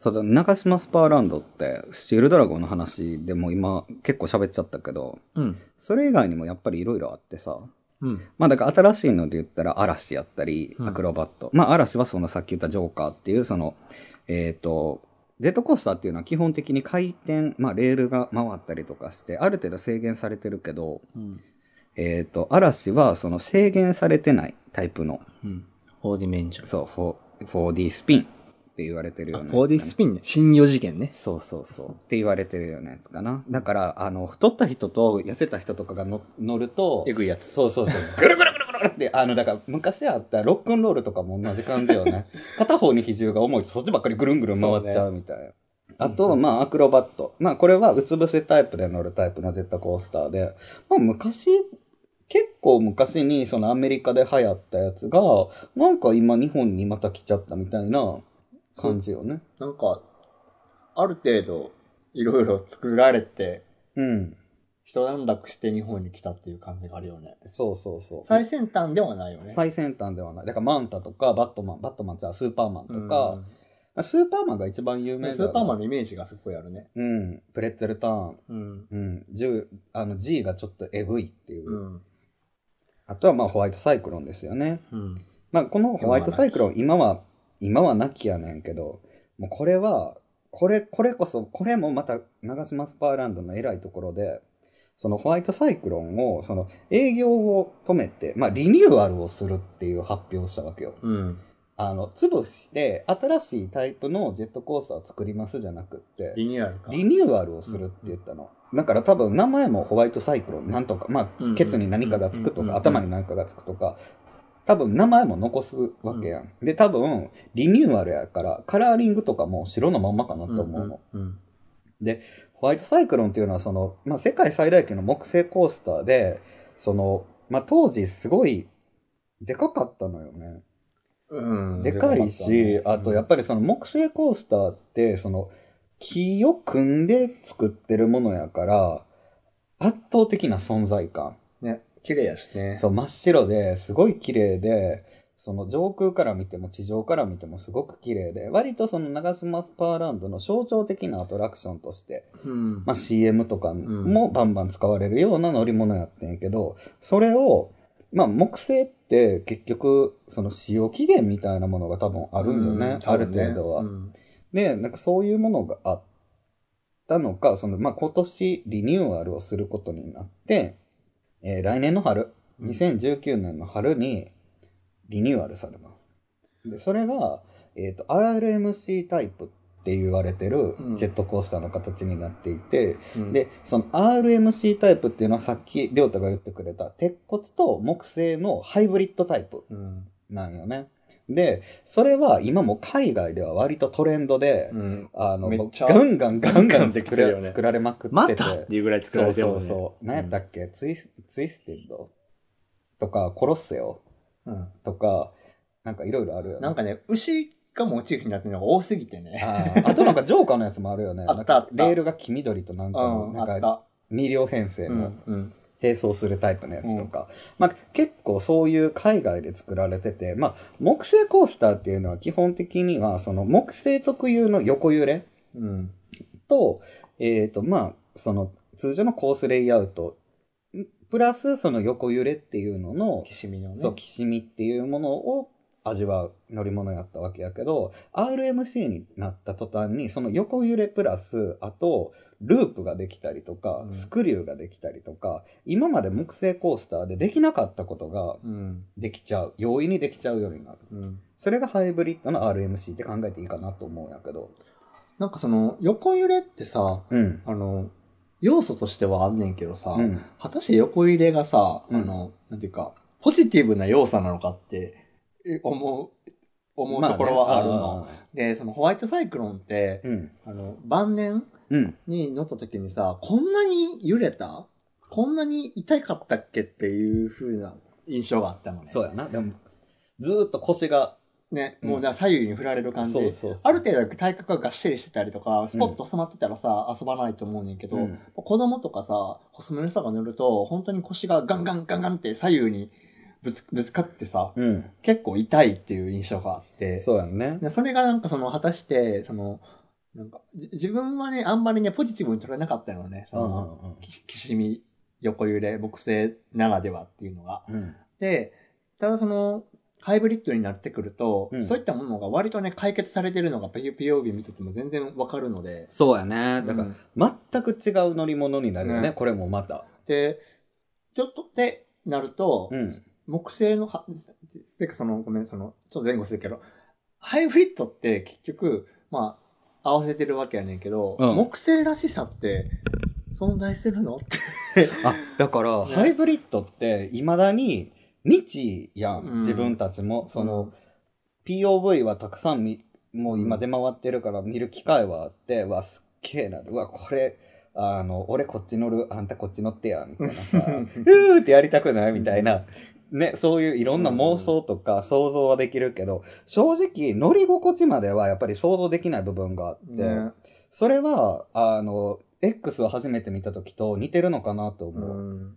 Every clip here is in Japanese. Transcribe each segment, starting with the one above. ただ、長島スパーランドって、スチールドラゴンの話でも今結構喋っちゃったけど、うん。それ以外にもやっぱりいろいろあってさ、うん。まあだから新しいので言ったら嵐やったり、うんアクロバット。まあ嵐はそのさっき言ったジョーカーっていうその、えっ、と、ジェットコースターっていうのは基本的に回転、まあレールが回ったりとかして、ある程度制限されてるけど、うん。えっ、と、嵐はその制限されてないタイプの、うん。フォーディメンジョン。そう、フォ 4D スピンって言われてるよあうなやつかな。フォーディスピンね。新四次元ね。そうそうそう。って言われてるようなやつかな。だから、あの、太った人と痩せた人とかがの乗ると、ぐいやつ。そうそうそう。 ぐるぐるぐるぐるぐるって、あの、だから昔あったロックンロールとかも同じ感じよね。 片方に比重が重いとそっちばっかりぐるんぐるん回っちゃうみたいな。あと、まあ、アクロバット。まあ、これはうつ伏せタイプで乗るタイプのジェットコースターで、まあ、昔、結構昔にそのアメリカで流行ったやつが、なんか今日本にまた来ちゃったみたいな感じよね。なんか、ある程度、いろいろ作られて、うん。一段落して日本に来たっていう感じがあるよね。そうそうそう。最先端ではないよね。最先端ではない。だからマンタとか、バットマン、バットマンじゃスーパーマンとうんか、まあスーパーマンが一番有名だスーパーマンのイメージがすごいあるね。うん。プレッツェルターン。うん。うん。10あの G がちょっとエグいっていう。うん。あとはまあホワイトサイクロンですよね。うん。まあこのホワイトサイクロン今は、今はなきやねんけど、もうこれは、これ、これこそ、これもまた長島スパーランドの偉いところで、そのホワイトサイクロンを、その営業を止めて、まあリニューアルをするっていう発表をしたわけよ。うん。あの、潰して新しいタイプのジェットコースターを作りますじゃなくって、リニューアルか。リニューアルをするって言ったの。だから多分名前もホワイトサイクロンなんとか、まうんうんあ、ケツに何かがつくとうんうんか、頭に何かがつくとか、多分名前も残すわけやん。で、多分リニューアルやから、カラーリングとかも白のまんまかなと思うの。うん。うん。ホワイトサイクロンっていうのはその、まあ、世界最大級の木製コースターで、その、まあ、当時すごいでかかったのよね。うんでかいし、あとやっぱりその木製コースターって、その木を組んで作ってるものやから、圧倒的な存在感。ね、綺麗やしね。そう、真っ白ですごい綺麗で、その上空から見ても地上から見てもすごく綺麗で、割とその長島スパーランドの象徴的なアトラクションとして、うん。まあ、CM とかもバンバン使われるような乗り物やってんやけど、それを、まあ、木製って結局、その使用期限みたいなものが多分あるんよね、ある程度は。うんで、なんかそういうものがあったのか、その、まあ、今年リニューアルをすることになって、えー来年の春、2019年の春にリニューアルされます。で、それが、えっ、と、RMC タイプって言われてるうんジェットコースターの形になっていて、うんで、その RMC タイプっていうのはさっき亮太が言ってくれた鉄骨と木製のハイブリッドタイプうん。なんよね。で、それは今も海外では割とトレンドで、うん。あの、めっもうちゃガンガンガンガンでき作てるらよね作られまくってて。またっていうぐらい作らそれうてるそもんうね。そう。何やったっっけ、ツイスツイステッドとか、コロッセオけとか、なんかいろいろあるよね。なんかね、牛がモチーフになってるのが多すぎてね。あーあとなんかジョーカーのやつもあるよね。 あったあったなんかレールが黄緑となんかの、うん、あなっんかた。二両編成うのん。うん。並走するタイプのやつとか、まあ、結構そういう海外で作られてて、まあ、木製コースターっていうのは基本的にはその木製特有の横揺れうん。と,、えーとまあ、その通常のコースレイアウトプラスその横揺れっていうのの、きしみのね。そうきしみっていうものを味わう乗り物やったわけやけど RMC になった途端にその横揺れプラスあとループができたりとか、うんスクリューができたりとか今まで木製コースターでできなかったことがうん。できちゃう容易にできちゃうようになるうん。それがハイブリッドの RMC って考えていいかなと思うんやけどなんかその、横揺れってさ、うんあの、要素としてはあんねんけどさ、うん果たして横揺れがさ、うんあの、なんていうか、ポジティブな要素なのかってえ思う、思うところはあるの。まねで、そのホワイトサイクロンって、うんあの、晩年うんに乗った時にさ、こんなに揺れたこんなに痛かったっけっていう風な印象があったのね。そうやなでもずーっと腰がね、うんもうだから左右に振られる感じ。そうそうそうある程度体格ががっしりしてたりとか、スポッと収まってたらさ、遊ばないと思うねんけど、うん子供とかさ、細めの人が乗ると、本当に腰がガンガンガンガンって左右にぶつぶつかってさ、うん結構痛いっていう印象があって、そうやんねでそれがなんかその、果たして、その、なんか、じ自分はね、あんまりね、ポジティブに取れなかったよね。その、きしきしみ、横揺れ、木星ならではっていうのが。うん。で、ただその、ハイブリッドになってくると、うんそういったものが割とね、解決されてるのが POV 見てても全然わかるので。そうやね。だから、うん全く違う乗り物になるよね、ねこれもまた。で、ちょっとってなると、うん。木星のは、てかその、ごめん、その、ちょっと前後するけど、ハイブリッドって結局、まあ、合わせてるわけやねんけど、うん木星らしさって存在するのって。 あ、だから、ねハイブリッドって、未だに未知やうんん、自分たちも。その、POV はたくさん見、もう今出回ってるから見る機会はあって、うわ、すっげえな。うわ、これ、あの、俺こっち乗る、あんたこっち乗ってや、みたいなさ、うーってやりたくないみたいな。ね、そういういろんな妄想とか想像はできるけど、正直乗り心地まではやっぱり想像できない部分があって、ねそれは、あの、X を初めて見た時と似てるのかなとう思う。ん、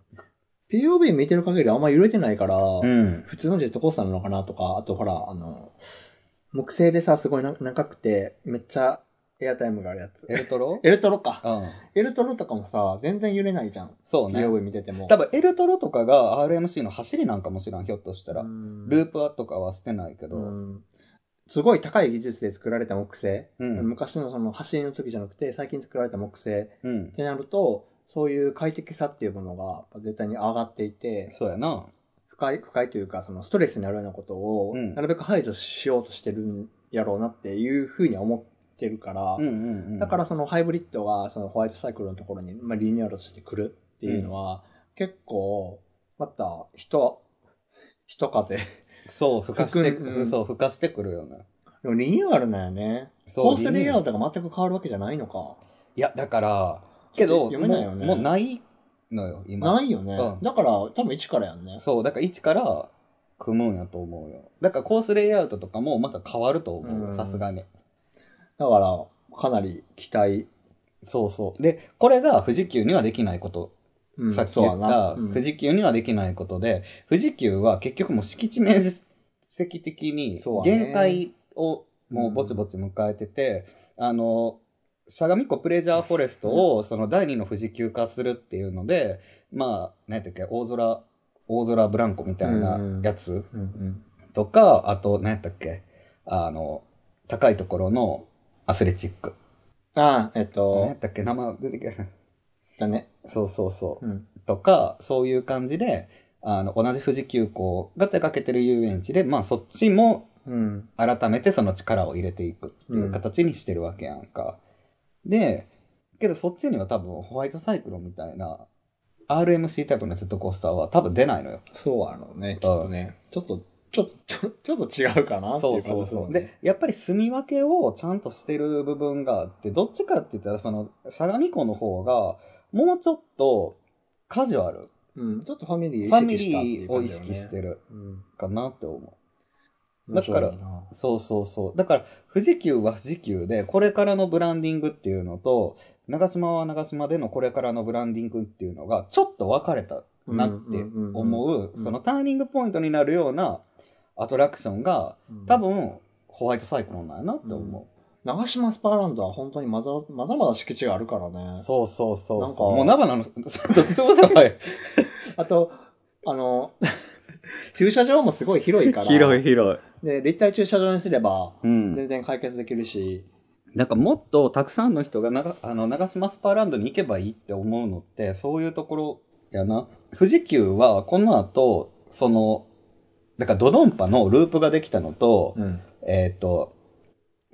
POV 見てる限りあんま揺れてないから、うん。普通のジェットコースターなのかなとか、あとほら、あの、木星でさ、すごいな長くて、めっちゃエアタイムがあるやつ。エルト ロエルトロかう。ん。エルトロとかもさ、全然揺れないじゃん。そうね。 POV 見てても。多分エルトロとかが RMC の走りなんかもしらん、ひょっとしたら。うんループはとかはしてないけど。うんすごい高い技術で作られた木星、うん。昔のその走りの時じゃなくて最近作られた木星っうん。てなるとそういう快適さっていうものが絶対に上がっていてそうやな。不快不快というかそのストレスになるようなことをうんなるべく排除しようとしてるんやろうなっていうふうには思ってるから、うんうんうん。だからそのハイブリッドがそのホワイトサイクルのところに、まあ、リニューアルとしてくるっていうのは、結構また人人風そう、ふかして、ふくうんそう、ふかしてくるよね。でもリニューアルなんよねそうコースレイアリニューアウルトが全く変わるわけじゃないのか。いや、だから、けど、読めないよねもうもうないのよ、今。ないよね。うんだから、多分1からやんね。そう、だから一から組むんやと思うよ。だからコースレイアウトとかもまた変わると思ううよ、んさすがに。だから、かなり期待。そうそう。で、これが富士急にはできないこと。うんさっきそう言やっなた、うん富士急にはできないことで、富士急は結局もう敷地面積的にそうやね限界をもうぼちぼち迎えてて、あの、相模湖プレジャーフォレストをその第二の富士急化するっていうので、まあ、何やったっけ、大空、大空ブランコみたいなやつ、うんうんとか、あと、何やったっけあの、高いところのアスレチック。ああ、え何っやとっ、たっけ名前出てけへんだね。そうそうそう。うん。とか、そういう感じで、あの、同じ富士急行が手掛けてる遊園地で、まあそっちもうん。改めてその力を入れていくっていう形にしてるわけやんか。で、けどそっちには多分ホワイトサイクロンみたいな RMC タイプのジェットコースターは多分出ないのよ。そうやろうね、きっとね。ちょっと、ちょっと、ちょちょっと違うかなってそいうそうう感じするそもう。んでね。、やっぱり住み分けをちゃんとしてる部分があって、どっちかって言ったら、その、相模湖の方が、もうちょっとカジュアル、うん。ちょっとファミリフーァ意ミ識したっていリうーを感意じだよね識してるうん。かなって思だ面から白いなう。そうそうそう。だから、富士急は富士急で、これからのブランディングっていうのと、長島は長島でのこれからのブランディングっていうのが、ちょっと分かれたなって思う、そのターニングポイントになるようなアトラクションが、うん多分、ホワイトサイクロンなんやなって思う。長島スパーランドは本当にまだまだまだ敷地があるからね。そうそうそうそう。なんかもうナバナの、 そうそうそうはいあと、あの、駐車場もすごい広いから。い 広い。で、立体駐車場にすれば、うん。全然解決できるし、なんかもっとたくさんの人が長あの長島スパーランドに行けばいいって思うのって、そういうところやな。富士急はこの後、その、だからドドンパのループができたのと、えっ、と、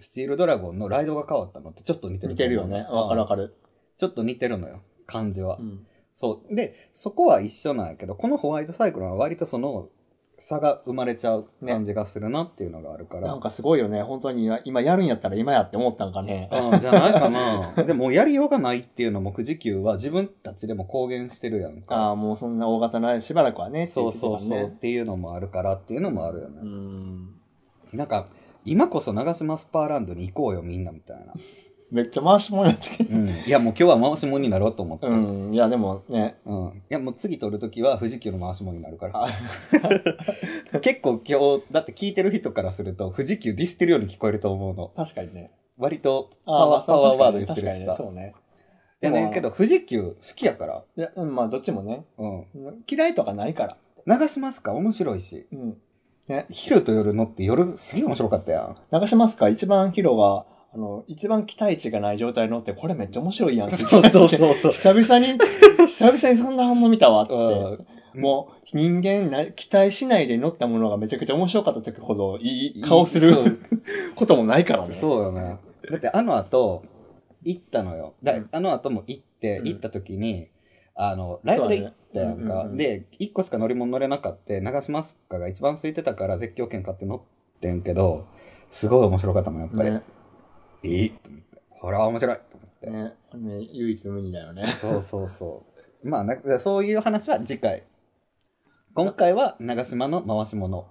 スチールドラゴンのライドが変わったのってちょっと似てる見とて思う。るよね。わかるわかる。ちょっと似てるのよ、感じは。うんそう。で、そこは一緒なんやけど、このホワイトサイクルは割とその差が生まれちゃう感じがするなっていうのがあるかなら。んかすごいよね。本当に今今やるんやったら今やって思ったんかね。うん、じゃないかな。でも、やりようがないっていうのも、富士急は自分たちでも公言してるやんあか。あ、もうそんな大型ないしばらくはね。そうそうそう。っね。ていうのもあるからっていうのもあるようね。ん。なんか、今こそ長島スパーランドに行こうよ、みんな、みたいな。めっちゃ回しもんやってうん。いや、もう今日は回し者になろうと思って。う。ん。いや、でもね。うん。いや、もう次撮るときは富士急の回し者になるから。あ結構今日、だって聞いてる人からすると、富士急ディスってるように聞こえると思うの。確かにね。割とパあーまワーあそパうワーワード言っ確かてにるねしさ。そうね。いやまねあ、けど、富士急好きやから。いや、うんまあ、どっちもね、うん。嫌いとかないから。流しますか面白いし。うん。ね、昼と夜のって夜すげえ面白かったやん。流しますか一番ヒロが、あの、一番期待値がない状態で乗って、これめっちゃ面白いやんってそうそうそうそう久々に、久々にそんな本も見たわっつって。うんもう、人間な、期待しないで乗ったものがめちゃくちゃ面白かった時ほど、いい顔するそうこともないからね。そうよね。だってあの後、行ったのよ。だうんあの後も行って、うん行った時に、あの、ライブで行ったやんそうだねか。うんうんうんで、1個しか乗り物乗れなかって、流しますかが一番空いてたから絶叫券買って乗ってんけど、すごい面白かったもん、やっぱり。ね。えっと思って。これは面白いと思って。ね。ね唯一無二だよ ね。そうそうそう。まあな、そういう話は次回。今回は長島の回し物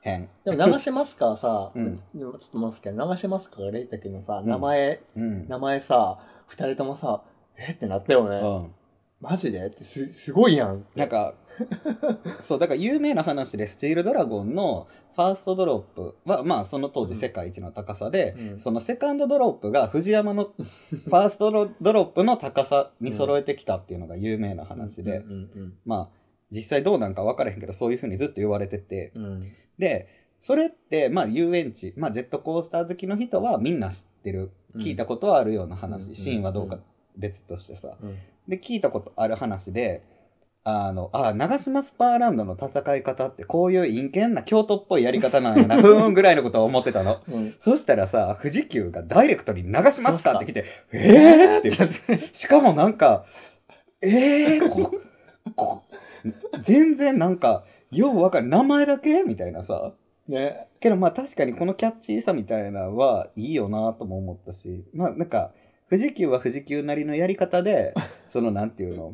編。でも流します かさ、うんでもちょっと待つけど、流しますかが出てたけどさ、うん名前、うん。名前さ、二人ともさ、えってなったよね。うんマジでってす、すごいやん。なんか、そう、だから有名な話で、スチールドラゴンのファーストドロップは、まあその当時世界一の高さで、うんそのセカンドドロップが藤山 のファーストドロドロップの高さに揃えてきたっていうのが有名な話で、うんうんまあ実際どうなんか分からへんけど、そういうふうにずっと言われてて、うんうん。で、それって、まあ、遊園地、まあ、ジェットコースター好きの人はみんな知ってる。うん聞いたことはあるような話。うんシーンはどううかん別としてさ。うんで、聞いたことある話で、あの、あ、長島スパーランドの戦い方ってこういう陰険な京都っぽいやり方なんや な、ふーんぐらいのことを思ってたの。うん。そしたらさ、富士急がダイレクトに流しますかって来て、えーって言って。しかもなんか、えー、こ、こ、全然なんか、ようわかる。名前だけみたいなさ。ね。けどまあ確かにこのキャッチーさみたいなのはいいよなとも思ったし、まあなんか、富士急は富士急なりのやり方 で、そのなんていうの、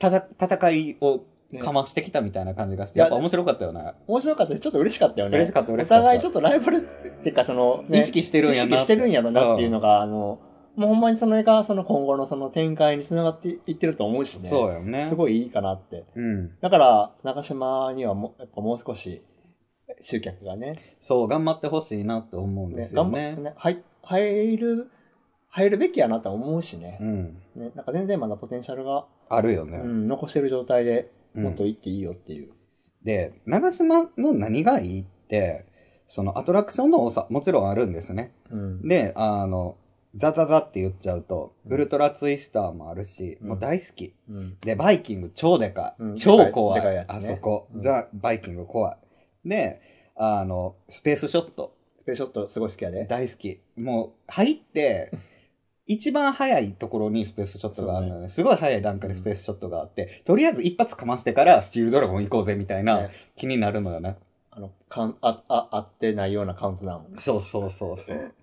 たた戦いをねかましてきたみたいな感じがして、いややっぱ面白かったよね。面白かったしちょっと嬉しかったよね。嬉しかった嬉しおかった。互いちょっとライバルっていうか、その、ね意識してるんやなって。意識してるんやろなっていうのが、あの、もうほんまにそれが、その今後のその展開につながっていってると思うしね。そうよね。すごいいいかなって。うん。だから、中島にはもうやっぱもう少し集客がね、そう、頑張ってほしいなと思うんでねすよ頑張ってね。ね、入入る、入るべきやなと思うしねう。ん。ねなんか全然まだポテンシャルが、あるようね。ん、残してる状態でうんもっといっていいよっていう。で、長島の何がいいって、そのアトラクションの多さ、もちろんあるんですね。うん。で、あの、ザザザって言っちゃうと、うんウルトラツイスターもあるし、うんもう大好き。うん。で、バイキング超でかい。うん超怖い。でかいであかいやつねそこ。うんザ・バイキング怖い。で、あの、スペースショットスペースショットすごい好きやで。大好き。もう、入 って、一番早いところにスペースショットがあるのよね。すごい早い段階でスペースショットがあって、とりあえず一発かましてからスチールドラゴン行こうぜみたいなね気になるのよね。あの、かん、あ、あ、合ってないようなカウントダウン。そうそうそうそう。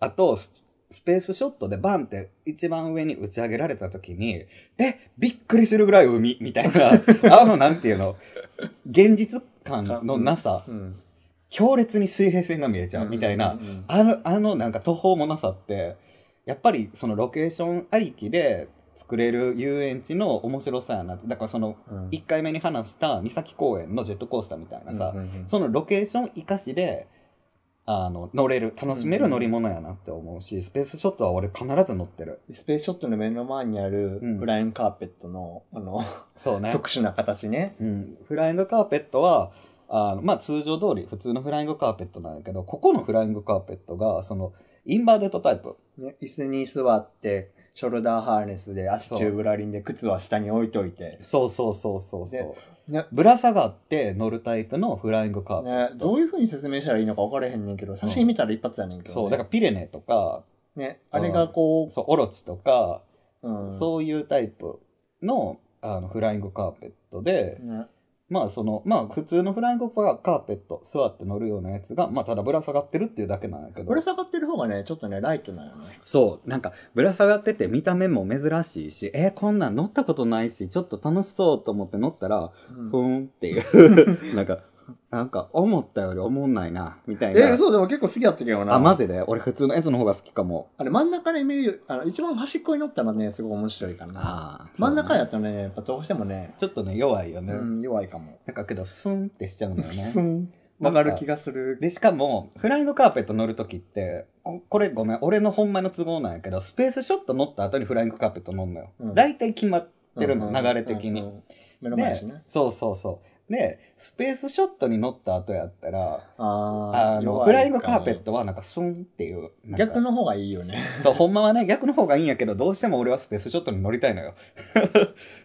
あと、ススペースショットでバンって一番上に打ち上げられた時に、え、びっくりするぐらい海みたいな、あの、なんていうの、現実感のなさ、うん。強烈に水平線が見えちゃうみたいな、うんうんうんあの、あのなんか途方もなさって、やっぱりそのロケーションありきで作れる遊園地の面白さやなって。だからその、うん1回目に話した三崎公園のジェットコースターみたいなさ、うんうんうんそのロケーション生かしで、あの、乗れる、楽しめる乗り物やなって思うし、スペースショットは俺必ず乗ってる。スペースショットの目の前にあるうんフライングカーペットの、あの、そうね。 特殊な形ね。うん。フライングカーペットは、あの、まあ、通常通り普通のフライングカーペットなんやけど、ここのフライングカーペットが、その、インバーデットタイプ。ね椅子に座って、ショルダーハーネスで足チューブラリンで靴は下に置いといて。そうそうそうそうそでう。ねぶら下がって乗るタイプのフライングカーペッね、どういう風に説明したらいいのか分からへんねんけど、写真見たら一発やねんけト。ど、ね。そう、だからピレネとか、ね、あれがこそう、オロチとか、う、うん。そういうタイプの、あの、フライングカーペットで、ねまあその、まあ普通のフライングカーペット、座って乗るようなやつが、まあただぶら下がってるっていうだけなんやけどぶら。下がってる方がね、ちょっとね、ライトなのね。そう、なんかぶら下がってて見た目も珍しいし、えーこんなん乗ったことないし、ちょっと楽しそうと思って乗ったら、うんふーんっていう、 なんか、なんか思ったより思んないな、みたいえな。そう、でも結構好きやったけどな。あ、マジで俺普通のやつの方が好きかも。あれ、真ん中で見るより、あの、一番端っこに乗ったらね、すごい面白いからな。あ真ん中や。やとね、やっぱどうしてもね、ちょっとね、弱いよね。うん、弱いかも。 なんかけど、スンってしちゃうのよね。スン。曲がる気がする。で、しかも、フライングカーペット乗るときって、ここれごめん、俺のほんまの都合なんやけど、スペースショット乗った後にフライングカーペット乗るのよ。うん大体決まってるの、うん流れ的に。。うん目の前やでしね。そうそうそう。で、スペースショットに乗った後やったら、あーあの、弱フいライングカーペッかトはなんかスンっていう。もなんか逆の方がいいよね。そう、ほんまはね、逆の方がいいんやけど、どうしても俺はスペースショットに乗りたいのよ。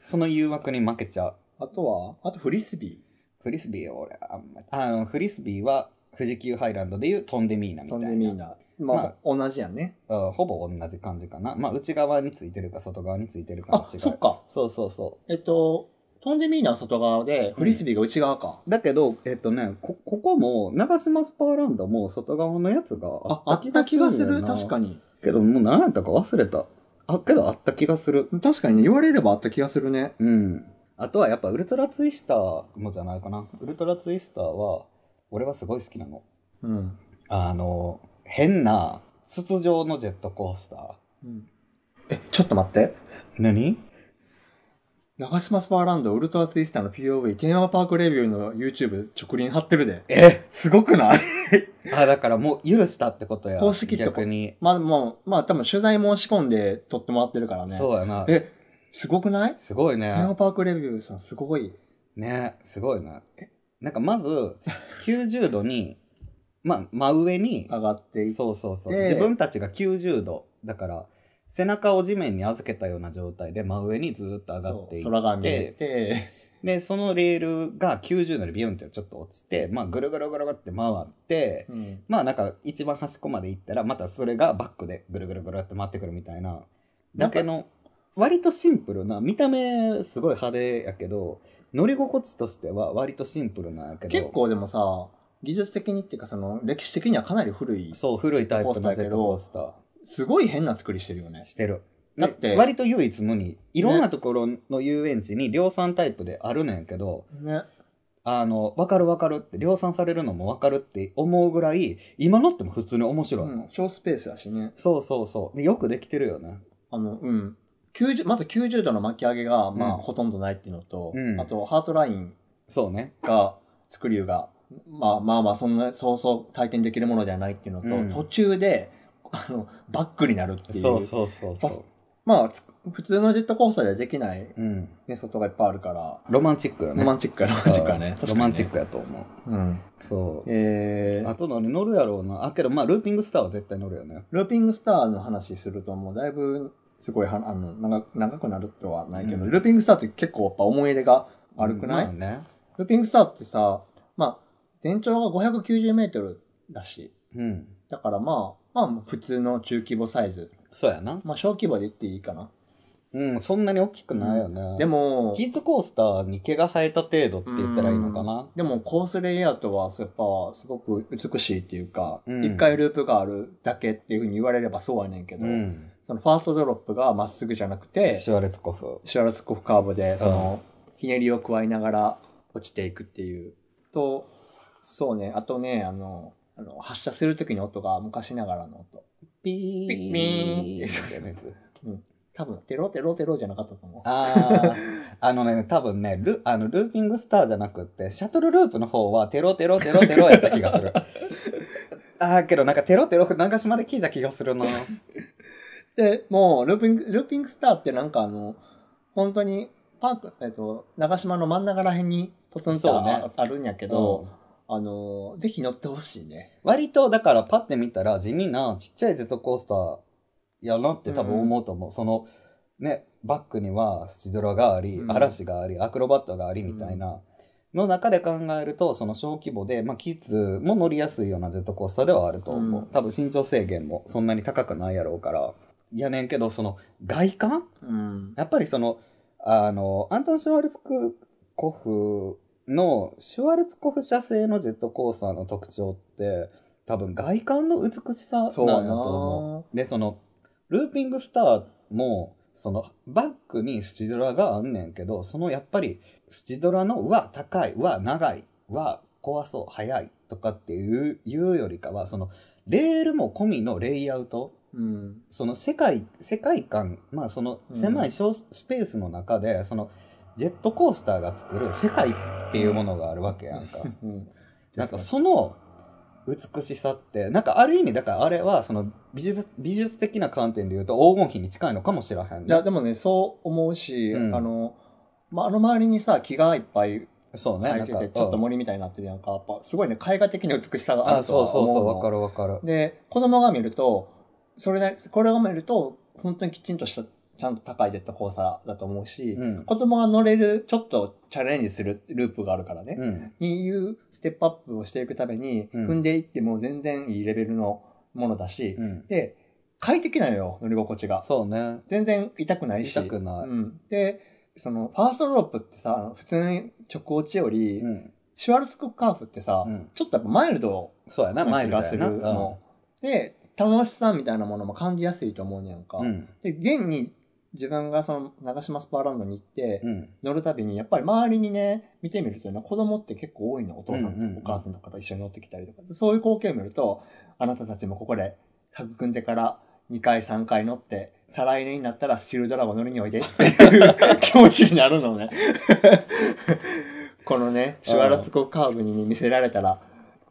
その誘惑に負けちゃう。あとは、あとフリスビフリスビーは俺、あんまあの、フリスビーは富士急ハイランドでいう飛んでみーなー、みた飛いんな。でみーな。まあ、まあ同じやんね。うんほぼ同じ感じかな。まあ、内側についてるか外側についてるかのあ、違い。そっか。そうそうそえっと、飛んでみーなは外側で、フリスビーが内側か。う。だけど、えっとね、こ、ここも、長島スパーランドも外側のやつがあ、あった気がする。確かに。に。けど、もう何やったか忘れた。あ、けどあった気がする。確かにね、言われればあった気がするね。うん。あとはやっぱウルトラツイスターもじゃないかな。ウルトラツイスターは、俺はすごい好きなの。うん。あの、変な、筒状のジェットコースター。え、ちょっと待って。何長島スパーランドウルトラツイスターの POV テーマパークレビューの YouTube 直輪貼ってるで。えすごくないあ、だからもう許したってことや。公式ってこと逆に。 まあもう、まあ多分取材申し込んで撮ってもらってるからね。そうやな。え、すごくないすごいテーマね。パークレビューさんすごい。ね、すごいな。なんかまず、90度に、まあ、真上に、上がっていって。そうそうそう。で自分たちが90度。だから、背中を地面に預けたような状態で真上にずーっと上がっていって。空が見えて。で、そのレールが90度でビュンってちょっと落ちて、まあ、ぐるぐるぐるぐるって回って、うん。まあ、なんか、一番端っこまで行ったら、またそれがバックでぐるぐるぐるって回ってくるみたいな、だけの、割とシンプルな、見た目すごい派手やけど、乗り心地としては割とシンプルなんやけど、結、構でもさ、技術的にっていうかその歴史的にはかなり古い、そう、古いタイプのジェットコースターすごい変な作りしてるよね。してる。だってで割と唯一無二。いろんなところの遊園地に量産タイプであるねんけど、ね。あの、わかるわかるって、量産されるのもわかるって思うぐらい、今のっても普通に面白いの。うん。小スペースだしね。そうそうそう。でよくできてるよね。あの、うん。90まず90度の巻き上げが、まあ、うんほとんどないっていうのと、うんあと、ハートラインそうね。が、スクリューが、まあまあまあ、そんな、そうそう体験できるものではないっていうのと、うん途中で、あの、バックになるっていう。そうそうそうパスそまあ、つ普通のジェットコースターではできない、う。うん。ね、外がいっぱいあるから、ロマンチックよね。ロマンチックや、ロマンチックやね。うんロマンチックやと思確かにね。うん。う。そう。えあー、と何乗るやろうな。あ、けどまあ、ルーピングスターは絶対乗るよね。ルーピングスターの話すると、もうだいぶ、すごいは、あの、長く長くなるとはないけど、うんルーピングスターって結構やっぱ思い入れが悪くない、うんまあね。ルーピングスターってさ、まあ、全長が590メートルだし、うん。だからまあ、まあ普通の中規模サイズ。そうやな。まあ小規模で言っていいかな。うん、そんなに大きくないよね。で、もキ、ッズコースターに毛が生えた程度って言ったらいいのかな。でもコースレイアウトはやっぱすごく美しいっていうか、うん一、回ループがあるだけっていうふうに言われればそうやねんけど、うん。そのファーストドロップがまっすぐじゃなくて、シュワレツコフ。シュワルツコフカーブで、その、ひねりを加えながら落ちていくっていう。と、そうね、あとね、あの、あの発射するときの音が昔ながらの音。ピーピッピーンみたいなやつ。多分、テロテロテロじゃなかったと思う。ああ、あのね、多分ね、ル、あの、ルーピングスターじゃなくって、シャトルループの方は、テロテロテロテロやった気がする。ああ、けどなんかテロテロ、長島で聞いた気がするな。で、もう、ルーピング、ルーピングスターってなんかあの、本当に、パーク、えっと、長島の真ん中ら辺にポツンとそうあ,、ねあるんやけけどど、、あの、ぜひ乗ってほしいね。割と、だからパッて見たら、地味なちっちゃいジェットコースターやなって多分思うと思う。その、ね、バックにはスチドラがありう、ん嵐があり、アクロバットがありみたいな。の中で考えると、その小規模で、まあ、キッズも乗りやすいようなジェットコースターではあると思う。うん多分身長制限もそんなに高くないやろうから。いやねんけど、その外観うん。やっぱりその、あの、アントン・シュワルツクコフの、シュワルツコフ社製のジェットコースターの特徴って、多分外観の美しさなんやとそうやな思う。で、その、ルーピングスターも、その、バックにスチドラがあんねんけど、そのやっぱり、スチドラの、うわ、高い、うわ、長い、うわ、怖そう、速いとかっていう、いうよりかは、その、レールも込みのレイアウト、うん。その世界、世界観、まあそのうん狭い小スペースの中で、そのジェットコースターが作る世界っていうものがあるわけやんか。うん。なんかその美しさって、なんかある意味、だからあれはその美術、美術的な観点で言うと黄金比に近いのかもしれへんいや、ね。でもね、そう思うし、うんあの、まあ、あの周りにさ、木がいっぱいそうね。生えなんてかて、ちょっと森みたいになってるやんか、やっぱ、すごいね、絵画的な美しさうんがああ、るとそうはそ思ううの。そう、わかるわかる。で、子供が見ると、それなりこれを見ると、本当にきちんとした、ちゃんと高いジェットコースターだと思うし、うん。子供が乗れる、ちょっとチャレンジするループがあるからね、うん。にいうステップアップをしていくために、うん踏んでいっても全然いいレベルのものだし、うん。で、快適なのよ、乗り心地が。そうね。全然痛くないし。。痛くないうん。で、その、ファーストロープってさ、普通に直落ちより、うん。シュワルツコカーフってさ、うんちょっとやっぱマイルドそうやな、なマイル気ドがやすな。るうんの。で、楽しさみたいなものも感じやすいと思うねやんか。うん。で、現に自分がその、長島スパーランドに行って、うん。乗るたびに、やっぱり周りにね、見てみるとね、子供って結構多いの。お父さんうんうんうんとお母さんとかと一緒に乗ってきたりとか。そういう光景を見ると、あなたたちもここで育んでから2回3回乗って、再来年になったらスチールドラゴン乗りにおいでっていう気持ちになるのね。 このね、シュワラツコカーブにね見せられたら、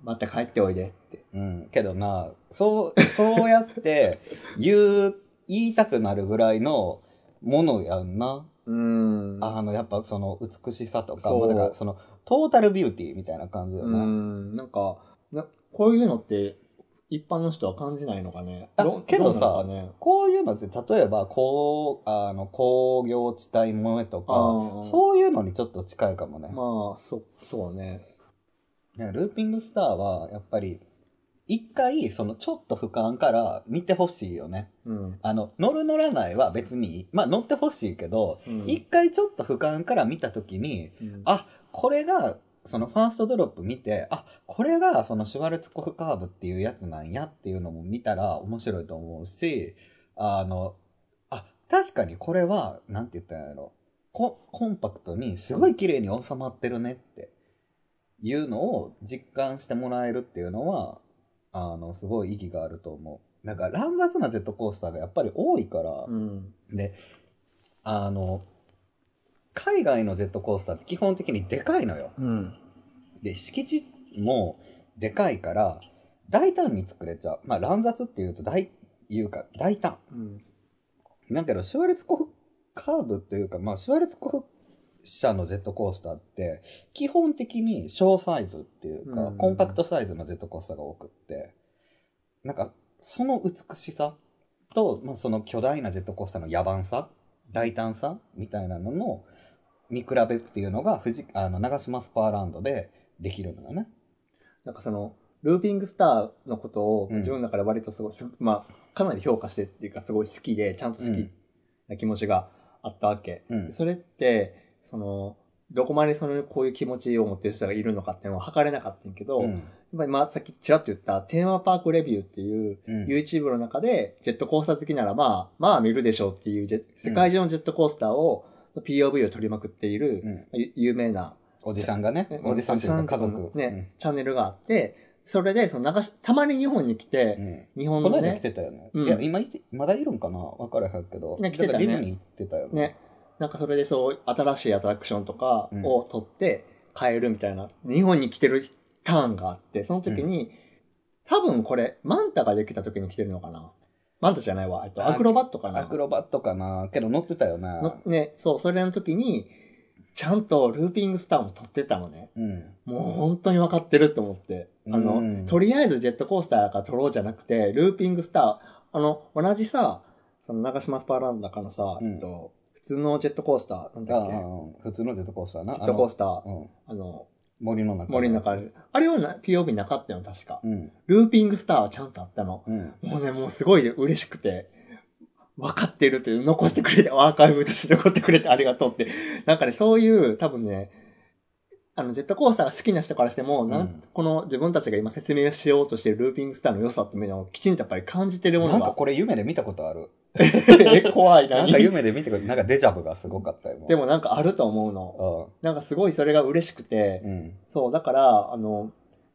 また帰っておいでって。うん。けどな、そう、そうやって言う、言いたくなるぐらいのものやんな。うーん。あの、やっぱその美しさとか、そうまあだからそのトータルビューティーみたいな感じようね。ん。なんか、なこういうのって、一般の人は感じないのかね。あどけどさうなのかねこういうのって、例えば、こう、あの、工業地帯萌えとか、ああそういうのにちょっと近いかもね。まあ、そ、そうね。ねルーピングスターは、やっぱり、一回、その、ちょっと俯瞰から見てほしいよね。うん。あの、乗る乗らないは別にいい、まあ乗ってほしいけど、うん一回ちょっと俯瞰から見たときに、うんあ、これが、そのファーストドロップ見て、あ、これがそのシュワルツコフカーブっていうやつなんやっていうのも見たら面白いと思うし、あの、あ、確かにこれは、なんて言ったらいいんやろコ、コンパクトにすごい綺麗に収まってるねっていうのを実感してもらえるっていうのは、あの、すごい意義があると思う。なんか乱雑なジェットコースターがやっぱり多いから、うん。で、あの、海外のジェットコースターって基本的にでかいのよ。うん。で、敷地もでかいから、大胆に作れちゃう。まあ、乱雑っていうと大、いうか、大胆。うん。なんけど、シュワルツコフカーブというか、まあ、シュワルツコフ社のジェットコースターって、基本的に小サイズっていうか、うんコンパクトサイズのジェットコースターが多くって、なんか、その美しさと、まあ、その巨大なジェットコースターの野蛮さ、大胆さみたいなのの見比べっていうのが、富士、あの、長島スパーランドでできるのよね。なんかその、ルーピングスターのことをうん自分の中で割とすごい、すまあ、かなり評価してっていうか、すごい好きで、ちゃんと好うきんな気持ちがあったわけ。うんそれって、その、どこまでその、こういう気持ちを持ってる人がいるのかっていうのは測れなかったんやけど、うやっん。ぱりまあさっきちらっと言った、テーマパークレビューっていう、うん。 YouTube の中でジェットコースター好きならまあ、まあ見るでしょうっていうジェ、世界中のジェットコースターを、POV を取りまくっている、うんゆ有名な、おじさんがね、おじさんというか家族。ね、チャンネルがあって、それで、その流し、たまに日本に来てう、ん。うん日本このの間来ね、てたよね。うんいや、今いて、まだいるんかなわからへんけど。ね来てただねからディズニー行ってたよね。ね、なんかそれでそう、新しいアトラクションとかを取って変えるみたいな、日本に来てるターンがあって、その時に、多分これ、マンタができた時に来てるのかなマンタじゃないわ、えっと、アクロバットかなアクロバットかなけど乗ってたよね。のね、そう、それの時に、ちゃんとルーピングスターも撮ってたのね。うん。もう本当に分かってると思って。あの、うんとりあえずジェットコースターから撮ろうじゃなくて、ルーピングスター、あの、同じさ、その長島スパーランドからのさ、うんえっと、普通のジェットコースター、なんあだっけ、あ普通のジェットコースターな。ジェットコースター、あのあの、うん。森の中。森の中。で、あれはな POV なかったの、確か。うん。ルーピングスターはちゃんとあったの。うん。もうね、もうすごい嬉しくて、分かってるって、残してくれて、アーカイブとして残ってくれてありがとうって。なんかね、そういう、多分ね、あの、ジェットコースターが好きな人からしても、なうんんこの自分たちが今説明しようとしてるルーピングスターの良さっていうのをきちんとやっぱり感じてるもなのんかが、これ夢で見たことある。え 怖いな。なんか夢で見てくる。なんかデジャブがすごかったよ。でもなんかあると思うの。も。なんかすごいそれが嬉しくて、うん。うん。そう、だから、あの、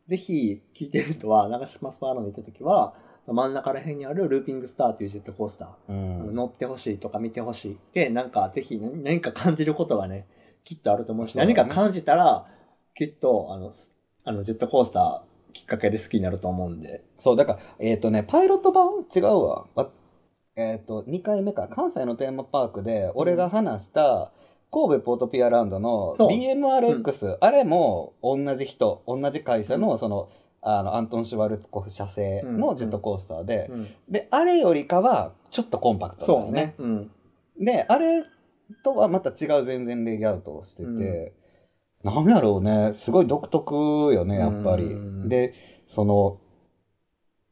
ぜひ聞いてる人は、長島スパーロンに行った時は、その真ん中ら辺にあるルーピングスターというジェットコースター、うん。乗ってほしいとか見てほしいって、なんかぜひ何何か感じることがね、きっとあると思うし、そうだね何か感じたら、きっと、あの、すあの、ジェットコースターきっかけで好きになると思うんで。そう、だから、えっ、とね、パイロット版違うわ。わえっ、と、2回目か。関西のテーマパークで、俺が話した、神戸ポートピアランドのそう BMRX、あれも同じ人、同じ会社の、その、あの、アントン・シュワルツコフ社製のジェットコースターで、で、あれよりかは、ちょっとコンパクトだよそうね。ね。うん。で、あれとはまた違う全然レイアウトをしてて、なんやろうね、すごい独特よね、やっぱりう。んで、その、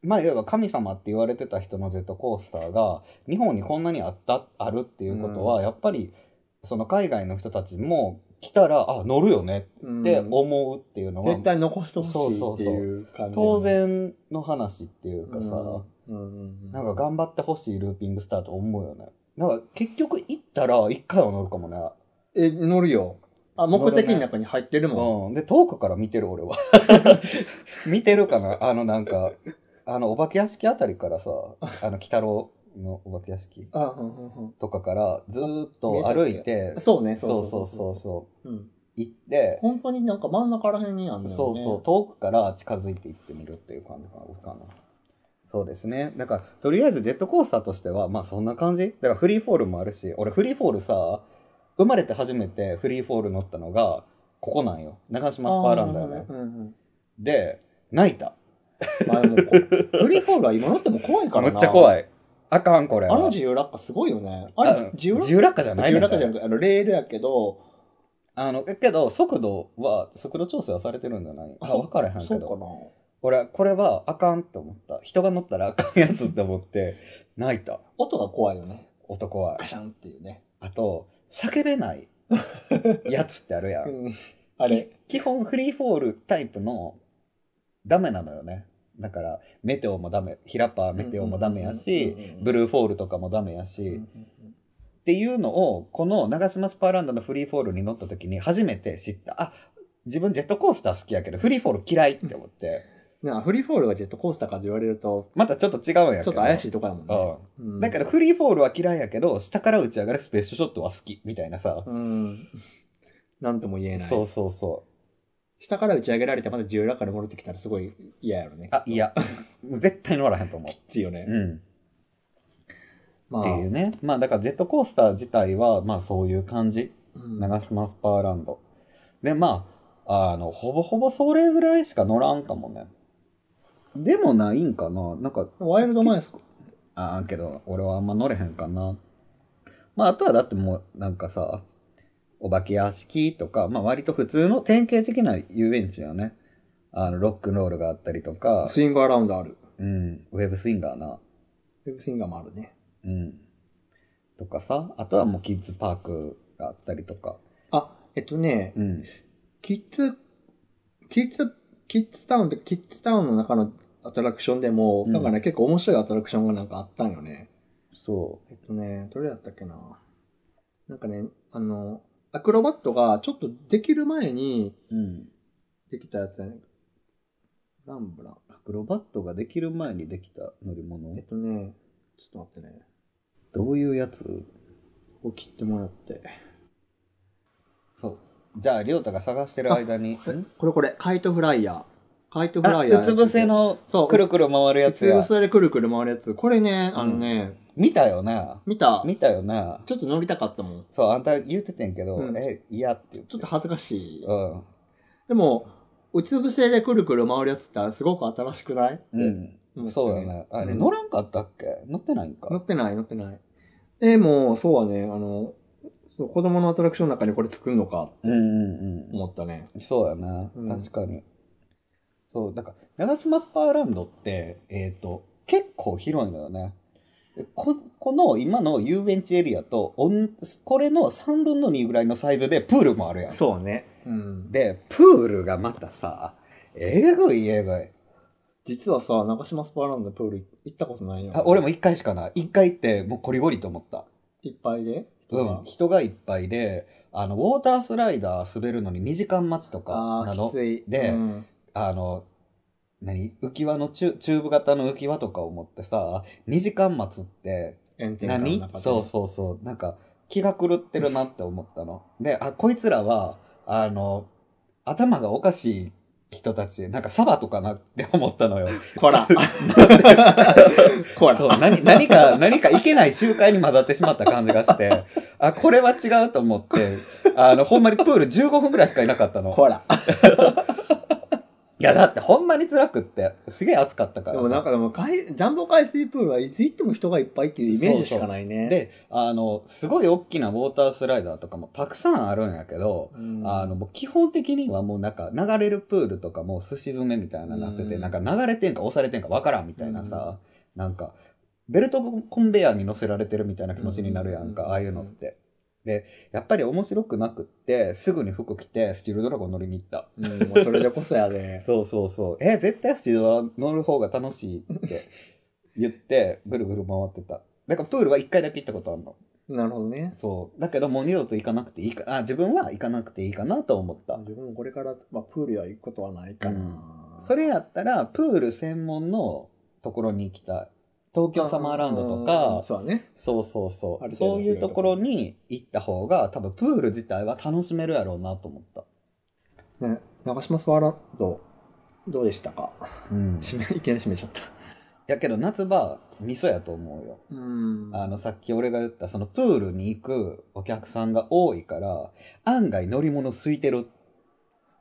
まあ、いわば神様って言われてた人のジェットコースターが、日本にこんなにあった、あるっていうことは、やっぱり、その海外の人たちも来たら、あ、乗るよねうんって思うっていうのが、絶対残してほしいっていう感じ。当然の話っていうかさ、うん、うんなんか頑張ってほしいルーピングスターと思うよね。なんか結局行ったら一回は乗るかもね。え、乗るよ。あ、目的の中に入ってるもん。うん。で、遠くから見てる俺は。 見てるかなあのなんか、あのお化け屋敷あたりからさ、あの、鬼太郎のお化け屋敷あうんうんとかからずーっと歩いてうん、そうね、そうそうそうそう、う。うん。行って、本当になんか真ん中ら辺にあんのよね。そうそう、遠くから近づいていってみるっていう感じかな。そうですね。だから、とりあえずジェットコースターとしては、まあそんな感じ。だからフリーフォールもあるし、俺フリーフォールさ、生まれて初めてフリーフォール乗ったのが、ここなんよ。長島スパーランドよね。うんうんで、泣いた。まあでもこ、フリーフォールは今乗っても怖いからめな。っちゃ怖い。い。あかん、これあは。の自由落下すごいよね。あれあ、自由落自下由落下じゃない自ね由落下じゃなくて、あの、レールやけど、あの、えけど、速度は、速度調整はされてるんじゃないあ、そう分からへんけそうど。か俺、これはあかんと思った。人が乗ったらあかんやつって思って、 泣いた。な。音が怖いよね。男はガ。シャンっていうね。あと、叫べ ないやつってあるや。うんん。あれ。き基本フリーフォールタイプのダメなのよね。だから、メテオもダメ、ヒラパーメテオもダメやしうんうんうんうんうんう、んブルーフォールとかもダメやうし、っんていうのを、この長島スパーランドのフリーフォールに乗った時に初めて知った。あ、自分ジェットコースター好きやけど、フリーフォール嫌いって思って、なんかフリーフォールがジェットコースターかと言われると、またちょっと違うんやけど。ちょっと怪い。しいとこやもんうね。ん。うんだからフリーフォールは嫌いやけど、下から打ち上がるスペースショットは好き、みたいなさ。うん。なんとも言えない。そうそうそう。下から打ち上げられてまた自由落下に戻ってきたらすごい嫌やろね。あ、いや、もう絶対乗らへんと思 きついよう。ね。うん。まっあて、いうね。まあだからジェットコースター自体は、まあそういう感じ。うん長島スパーランド。で、まあ、あの、ほぼほぼそれぐらいしか乗らんかもね。でもないんかななんか、ワイルドマイス、ああ、けど、俺はあんま乗れへんかな。まああとはだってもう、なんかさ、お化け屋敷とか、まあ割と普通の典型的な遊園地よね。あの、ロックンロールがあったりとか、スイングアラウンドある。うん、ウェブスインガーな。ウェブスインガーもあるね。うん。とかさ、あとはもうキッズパークがあったりとか。あ、えっとね、うん。キッズ、キッズ、キッズタウンって、キッズタウンの中のアトラクションでも、うんなんかね、結構面白いアトラクションがなんかあったんよね。そえっとね、どれだったっけな。なんかね、あの、アクロバットがちょっとできる前にう。うん。できたやつだね。ランブラン。アクロバットができる前にできた乗りえ物っとね、ちょっと待ってね。どういうやつここ切ってもらって。そう。じゃあ、りょうたが探してる間に。んこれこれ、カイトフライヤー。カイトフあ、ライヤー。うつ伏せ。のそうくるくる回るやうつつ伏や。せでくるくる回るやつ。これね、うんあのね、見たよな。見た。見たよな。ちょっと乗りたかったもん。そう、あんた言っててんけど、うんえ、嫌って言って。ちょっと恥ずかしい。うん。でも、うつ伏せでくるくる回るやつってすごく新しくないうん。うんそうだね。あれ、うん乗らんかったっけ乗ってないん乗か。ってない、乗ってない。でも、そうはね、あの、そう子供のアトラクションの中にこれ作るのかうんうんうん。思ったね。そうやな、うん確かに。そう、だから、長島スパーランドって、えっ、と、結構広いのよね。でここの今の遊園地エリアとおん、これの3分の2ぐらいのサイズでプールもあるやん。そうね。うん。で、で、プールがまたさ、えぐいえぐい。実はさ、中島スパーランドのプール行ったことないよ。あ俺も1回しかない。1回行って、もうコリゴリと思った。いっぱいで人うがん、人がいっぱいで、あの、ウォータースライダー滑るのに2時間待ちとかあなあ、きど、つい。でうんあの、何浮き輪のチュチューブ型の浮き輪とかを持ってさ、2時間待つって炎天下の何、中でそうそうそう。なんか気が狂ってるなって思ったの。で、あ、こいつらは、あの、頭がおかしい人たち。なんかサバとかなって思ったのよ。こ ら。こら。そう何何 か、何かいけない集会に混ざってしまった感じがして、あ、これは違うと思って、あの、ほんまにプール15分ぐらいしかいなかったの。こら。いや、だってほんまに辛くって、すげえ暑かったかでらもなさ。んかでも海、ジャンボ海水プールはいつ行っても人がいっぱいっていうイメージしかないね。で、あの、すごい大きなウォータースライダーとかもたくさんあるんやけど、うんあの、もう基本的にはもうなんか流れるプールとかもうすし詰めみたいななってて、うんなんか流れてんか押されてんかわからんみたいなさ、なんかベルトコンベヤーに乗せられてるみたいな気持ちになるやんか、うんああいうのって。で、やっぱり面白くなくって、すぐに服着てスチールドラゴン乗りに行った。うん、もうそれでこそやで。 そうそうそう。え、絶対スチールドラゴン乗る方が楽しいって言って、ぐるぐる回ってた。だからプールは一回だけ行ったことあるの。なるほどね。そう。だけどもう二度と行かなくていいか、あ、自分は行かなくていいかなと思った。自分もこれから、まあ、プールは行くことはないかな。それやったら、プール専門のところに行きたい。東京サマーランドとか、うんそうだね。そうそうそあう。る程度そういうところに行った方が、多分プール自体は楽しめるやろうなと思った。ね、長島スパーランド、どうでしたかうん。閉め、いきなり閉めちゃった。やけど夏場、味噌やと思うよ。うんあの、さっき俺が言った、そのプールに行くお客さんが多いから、案外乗り物空いてる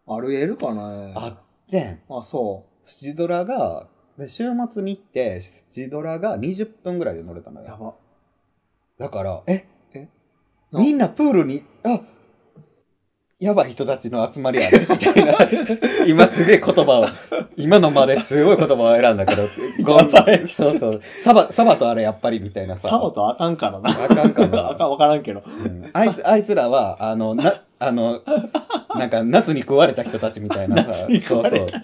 歩けるかなあってん。あ、そスチドラが、で週末に行って、スチドラが20分ぐらいで乗れたのう。やよ。ば。だから、ええなみんなプールに、あやばい人たちの集まりやね、みた いな。今すげえ言葉を、今のまですごい言葉を選んだ けど、ごめん。そうそう。サバ、サバとあれやっぱりみたいなさ。サボとあかんからな。あかんか あかな。ん、わからんけど。うんあいつ、あいつらは、あの、な、あの、なんか夏に食われた人たちみたいなさ。夏に食われたそうそう。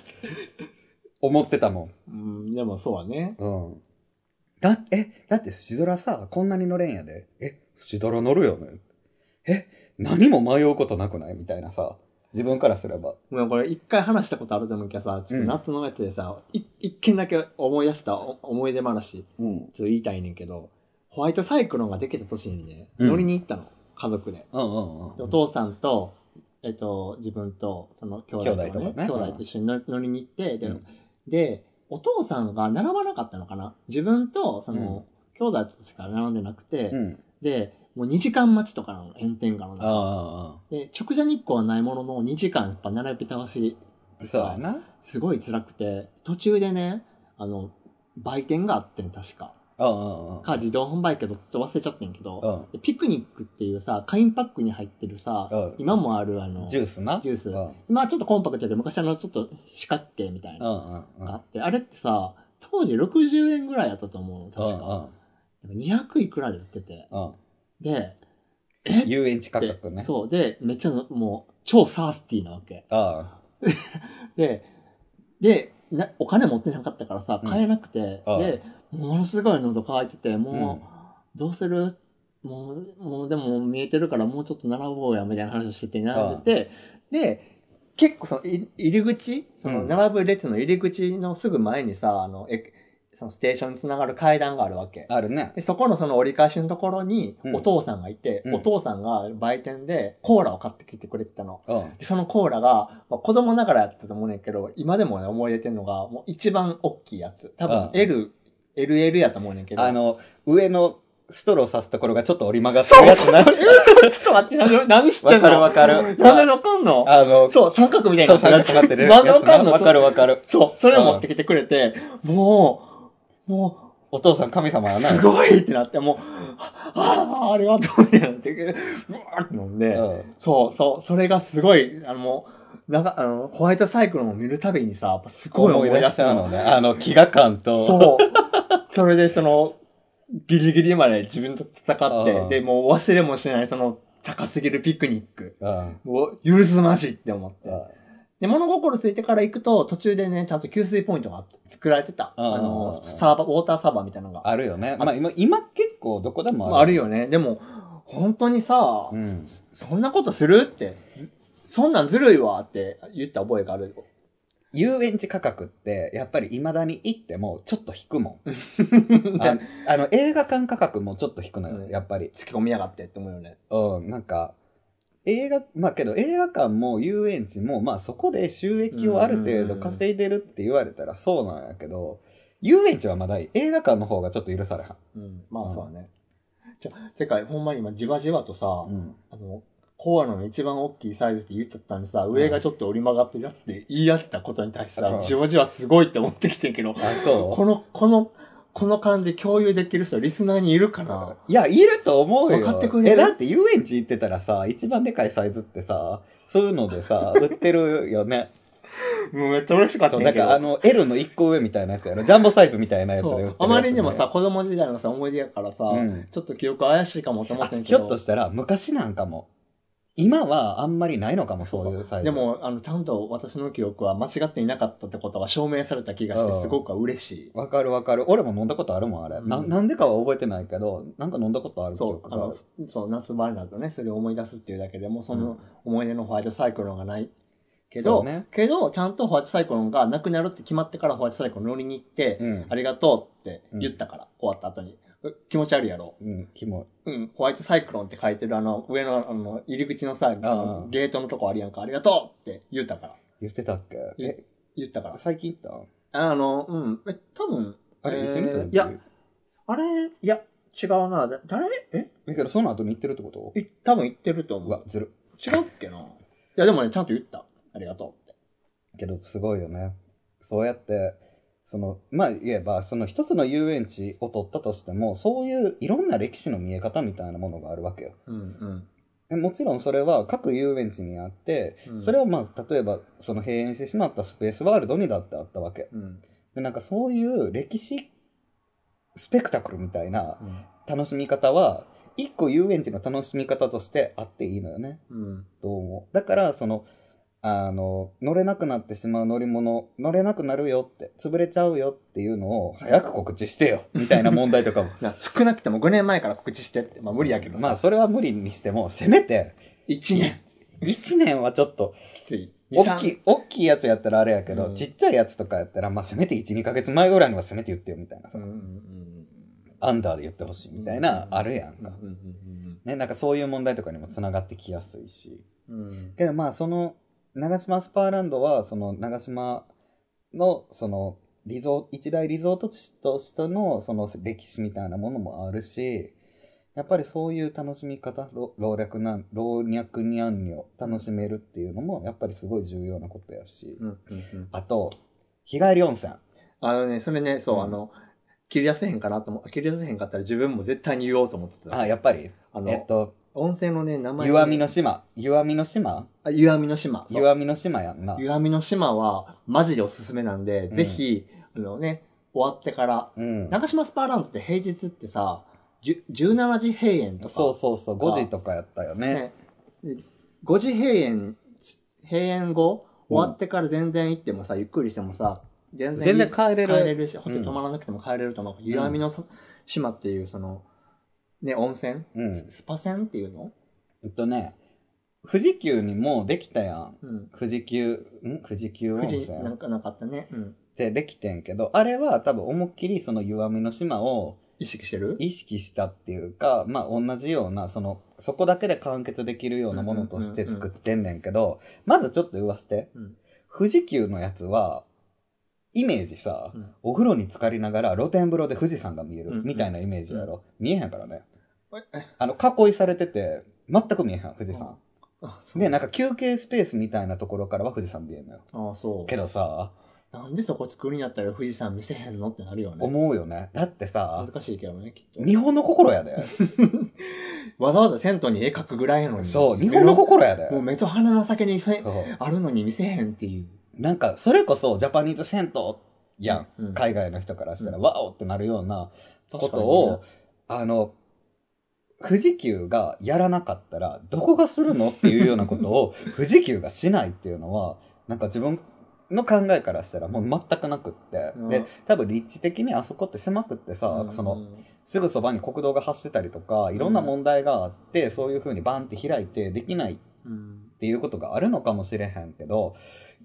思ってたもん。うん、でもそうはね。うん。だ、え、だってスチドラさ、こんなに乗れんやで。え、スチドラ乗るよね。え、何も迷うことなくないみたいなさ、自分からすれば。もうこれ一回話したことあると思うけどさ、ちょっと夏のやつでさ、い一件だけ思い出したお思い出話、ちょうんっ。と言いたいねんけど、ホワイトサイクロンができた年にね、うん乗りに行ったの、家族で。うんうんうでおん。父さんと、えっと、自分と、その兄弟とか兄ね、弟兄と弟かねと一緒に乗乗りに行って、で、うんでお父さんが並ばなかったのかな自分と、その、兄弟としか並んでなくて、うん。で、もう2時間待ちとかなの、炎天下の中。あで、直射日光はないものの2時間やっぱ並び倒し、あ、そうやな。すごい辛くて、途中でね、あの、売店があってん、確か。うんうんうん。か、自動販売機かどっちょっと忘れちゃってんけど、うんでピクニックっていうさ、カインパックに入ってるさ、うん今もあるあの、ジュースな。ジュースうんうん今ちょっとコンパクトやけど、昔あのちょっと四角形みたいなのうんうん。があって、あれってさ、当時60円ぐらいやったと思うの、うんう確か。んなんか200いくらで売ってて。うん。で、遊園地価で格ね。う。そう、で、めっちゃのもう、超サースティーなわけ。あで、で、なお金持ってなかったからさ、うん買えなくて、ああで、ものすごい喉乾いてて、あ。もう、どうするもう、もうでも見えてるからもうちょっと並ぼうや、みたいな話をしてて、並んでて、で、結構その、い入り口、そうの、ん並ぶ列の入り口のすぐ前にさ、あの、え、そのステーションにつながる階段があるわけ。あるねで。そこのその折り返しのところにう、んお父さんがいて、うんお父さんが売店でコーラを買ってきてくれてたの。うん。そのコーラが、まあ、子供ながらやったと思うねんけど、今でもね、思い出てんのが、もう一番大きいやつ。多うん分 L、LL やと思うねんけど。あ、の、上のストロー刺すところがちょっと折り曲がってるやつな。えちょっと待って、何、何知ってわんのかるわかる。 なんでわかんのあの、そう、三角みたいそなう、下がっやつてかってるやなんつでな。わかんのわかるわかる。そう、それを持ってきてくれて、もう、もお父さん神様やう、な。すごいってなって、もう、ああ、ありがとうってなって、うわーって飲んで、うんそうそう、それがすごい、あの、もう、なんか、あの、ホワイトサイクルを見るたびにさ、やっぱすごい思思いい出出ししたたののね。あの、飢餓感と。そう。 それで、その、ギリギリまで自分と戦ってう、んで、もう忘れもしない、その、高すぎるピクニックうんを許すまじって思ってう。んで、物心ついてから行くと、途中でね、ちゃんと給水ポイントが作られてた。うんあのう、んサーバー、ウォーターサーバーみたいなのが。あるよね。まあ今、今結構どこでまもああある。るよね。でも、本当にさ、うん。そんなことするって、ずそんなんずるいわって言った覚えがあるよ。遊園地価格って、やっぱり未だに行ってもちょっと引くもん。 ああの、映画館価格もちょっと引くのうよ、んやっぱり。突き込みやがってって思うよね。うん、なんか、映画、まあけど映画館も遊園地も、まあそこで収益をある程度稼いでるって言われたらそうなんやけど、遊園地はまだいい映画館の方がちょっと許されはうん。まあそうだね。じゃ、世界、ほんまに今じわじわとさ、ん。うん。あの、コアラの一番大きいサイズって言っちゃったんでさ、上がちょっと折り曲がってるやつで言い当てたことに対してうさん、じわじわすごいって思ってきてんけど、あ、そう。この、この、この感じ共有できる人、リスナーにいるか ないや、いると思うよ。わかってくれるえ、だって遊園地行ってたらさ、一番でかいサイズってさ、そういうので さ、売ってるよね。もうめっちゃ嬉しかったそんう、だやけかど。らあの、L の1個上みたいなやつやろ。ジャンボサイズみたいなやつで売ってそるやうつ、ね。あまりにもさ、子供時代のさ、思い出やからさ、うんちょっと記憶怪しいかもと思あ、ってんけひど。ょっとしたら昔なんかも。今はあんまりないのかも、そういうサイズ。で、も、あの、ちゃんと私の記憶は間違っていなかったってことが証明された気がして、うんすごく嬉しわかるわかる。俺も飲んだことあるもん、あれ。うんななんでかは覚えてないけど、なんか飲んだことあい。る記そ憶う、あがあの、る。そう、夏場になるとね、それを思い出すっていうだけでも、そうんの思い出のホワイトサイクロンがない。けそど、うねけど、ちゃんとホワイトサイクロンがなくなるって決まってからホワイトサイクロン乗りに行って、うんありがとうって言ったから、終わった後に。う気持ち悪いやろ。うん、キモうん、ホワイトサイクロンって書いてるあの、上のあの、入り口のさ、んゲートのとこあるやんか、ありがとうって言ったから。言ってたっけ言え、言ったから。最近行ったあの、うん、え、多分、あれ、一緒に行ったえのーいや、あれ、いや、違うな。だ誰えだけどその後に行ってるってことい多分言ってるとう思わう。、ずる。違うっけな。いや、でもね、ちゃんと言った。ありがとうって。けどすごいよねそうやってそのまあ言えばその一つの遊園地を取ったとしてもそういういろんな歴史の見え方みたいなものがあるわけようん、でもちろんそれは各遊園地にあってうん。それはまあ例えばその閉園してしまったスペースワールドにだってあったわけうん、でなんかそういう歴史スペクタクルみたいなうん。楽しみ方は一個遊園地の楽しみ方としてあっていいのよねうん。どうも。だから、その、あの、乗れなくなってしまう乗り物、乗れなくなるよって、潰れちゃうよっていうのを早く告知してよ、みたいな問題とかも。な少なくても5年前から告知してって。 まあ無理やけどさ。まあ、それは無理にしても、せめて、 1年。 1年はちょっと、きつい。大きい。い、大きいやつやったらあれやけど、うんちっちゃいやつとかやったら、まあ、せめて1、2ヶ月前ぐらいにはせめて言ってよ、みたいなうさん、うんアンダーで言ってほしい、みたいうんな、あるやんうんうん。うんか。ね、なんかそういう問題とかにもつながってきやすいし。うんうん。うん。けどまあその長島スパーランドはその長島のそのリゾ一大リゾート地としてのその歴史みたいなものもあるしやっぱりそういう楽しみ方老老若男老若にゃんにを楽しめるっていうのもやっぱりすごい重要なことやし、うんうんうんあと日帰り温泉あのね、それね、そう、うんあの、切り出せへんかなと思う。切り出せへんかったら自分も絶対に言おうと思ってた。あやっぱりあの、えっと温泉のね、名前、ね。湯あみの島湯あみの島あ湯あみの島。そう湯あみの島やんな湯あみの島は、マジでおすすめなんで、うんぜひ、あのね、終わってから、うん長島スパーランドって平日ってさ、じゅ17時閉園とか。そうそうそう5時とかやったよねね。で5時閉園、閉園後、終わってから全然行ってもさ、ゆっくりしてもさ、全然いい全然帰れる帰れるし、ホテル泊まらなくても帰れると思う。湯あみのさ島っていう、その、ね、温泉、うんススパ船っていうのえっとね、富士急にもうできたやん。うん。富士急、ん富士急温富泉士、なっんかなかったね。うん。てできてんけど、あれは多分思いっきりその湯あみの島を意識してる意識したっていうか、まあ同じような、その、そこだけで完結できるようなものとして作ってんねんけど、まずちょっと言わして、うん富士急のやつは、イメージさ、うんお風呂に浸かりながら露天風呂で富士山が見えうんうるんみたいなイメージやろ。見えへんからね。えあの、囲いされてて、全く見えへん、富士山。あ、そう。で、なんか休憩スペースみたいなところからは富士山見えるのよ。ああ、そう。けどさ、なんでそこ作るんやったら富士山見せへんのってなるよね。思うよね。だってさ、難しいけどね、きっと。日本の心やで。わざわざ銭湯に絵描くぐらいやのに。そう、日本の心やで目。のもう目と鼻の先にせそうあるのに見せへんっていう。なんか、それこそジャパニーズ銭湯やん。うん海外の人からしたら、うんワオってなるようなこ確かとにねを、あの、富士急がやらなかったら、どこがするのっていうようなこと を、富士急がしないっていうのは、なんか自分の考えからしたらもう全くなくって。うんで、多分立地的にあそこって狭くってさ、うんその、すぐそばに国道が走ってたりとか、いろんな問題があって、そういう風にバンって開いてできないっうんていうことがあるのかもしれへんけど、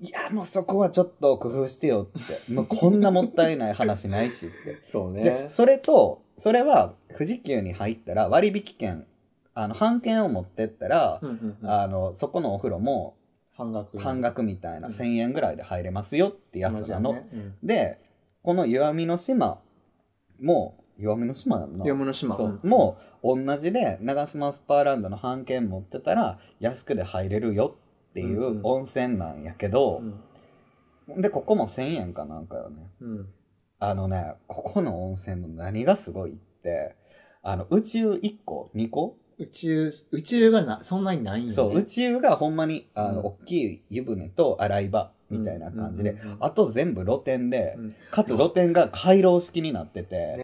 いや、もうそこはちょっと工夫してよって、もう こんなもったいない話ないしって。そうねで、。それと、それは富士急に入ったら割引券あの、半券を持ってったら、うんうんうんあの、そこのお風呂も半額。半額みたいな、うん1000円ぐらいで入れますよってやつなの。同じやねで、この弱みの島も、弱みの島やんうな。ん。山の島。そんうもう同じで長島スパーランドの半券持ってたら安くで入れるよっていうんううん温泉なんやけど、うん。でここも1,000円かなんかよねうん。あのねここの温泉の何がすごいってあの宇宙1個2個、宇宙、宇宙がな、そんなにないんよね。そう宇湯がほんまにあの、うん大きい湯船と洗い場みたいな感じで、うんうんうんうんあと全部露天で、うんかつ露天が回廊式になってて、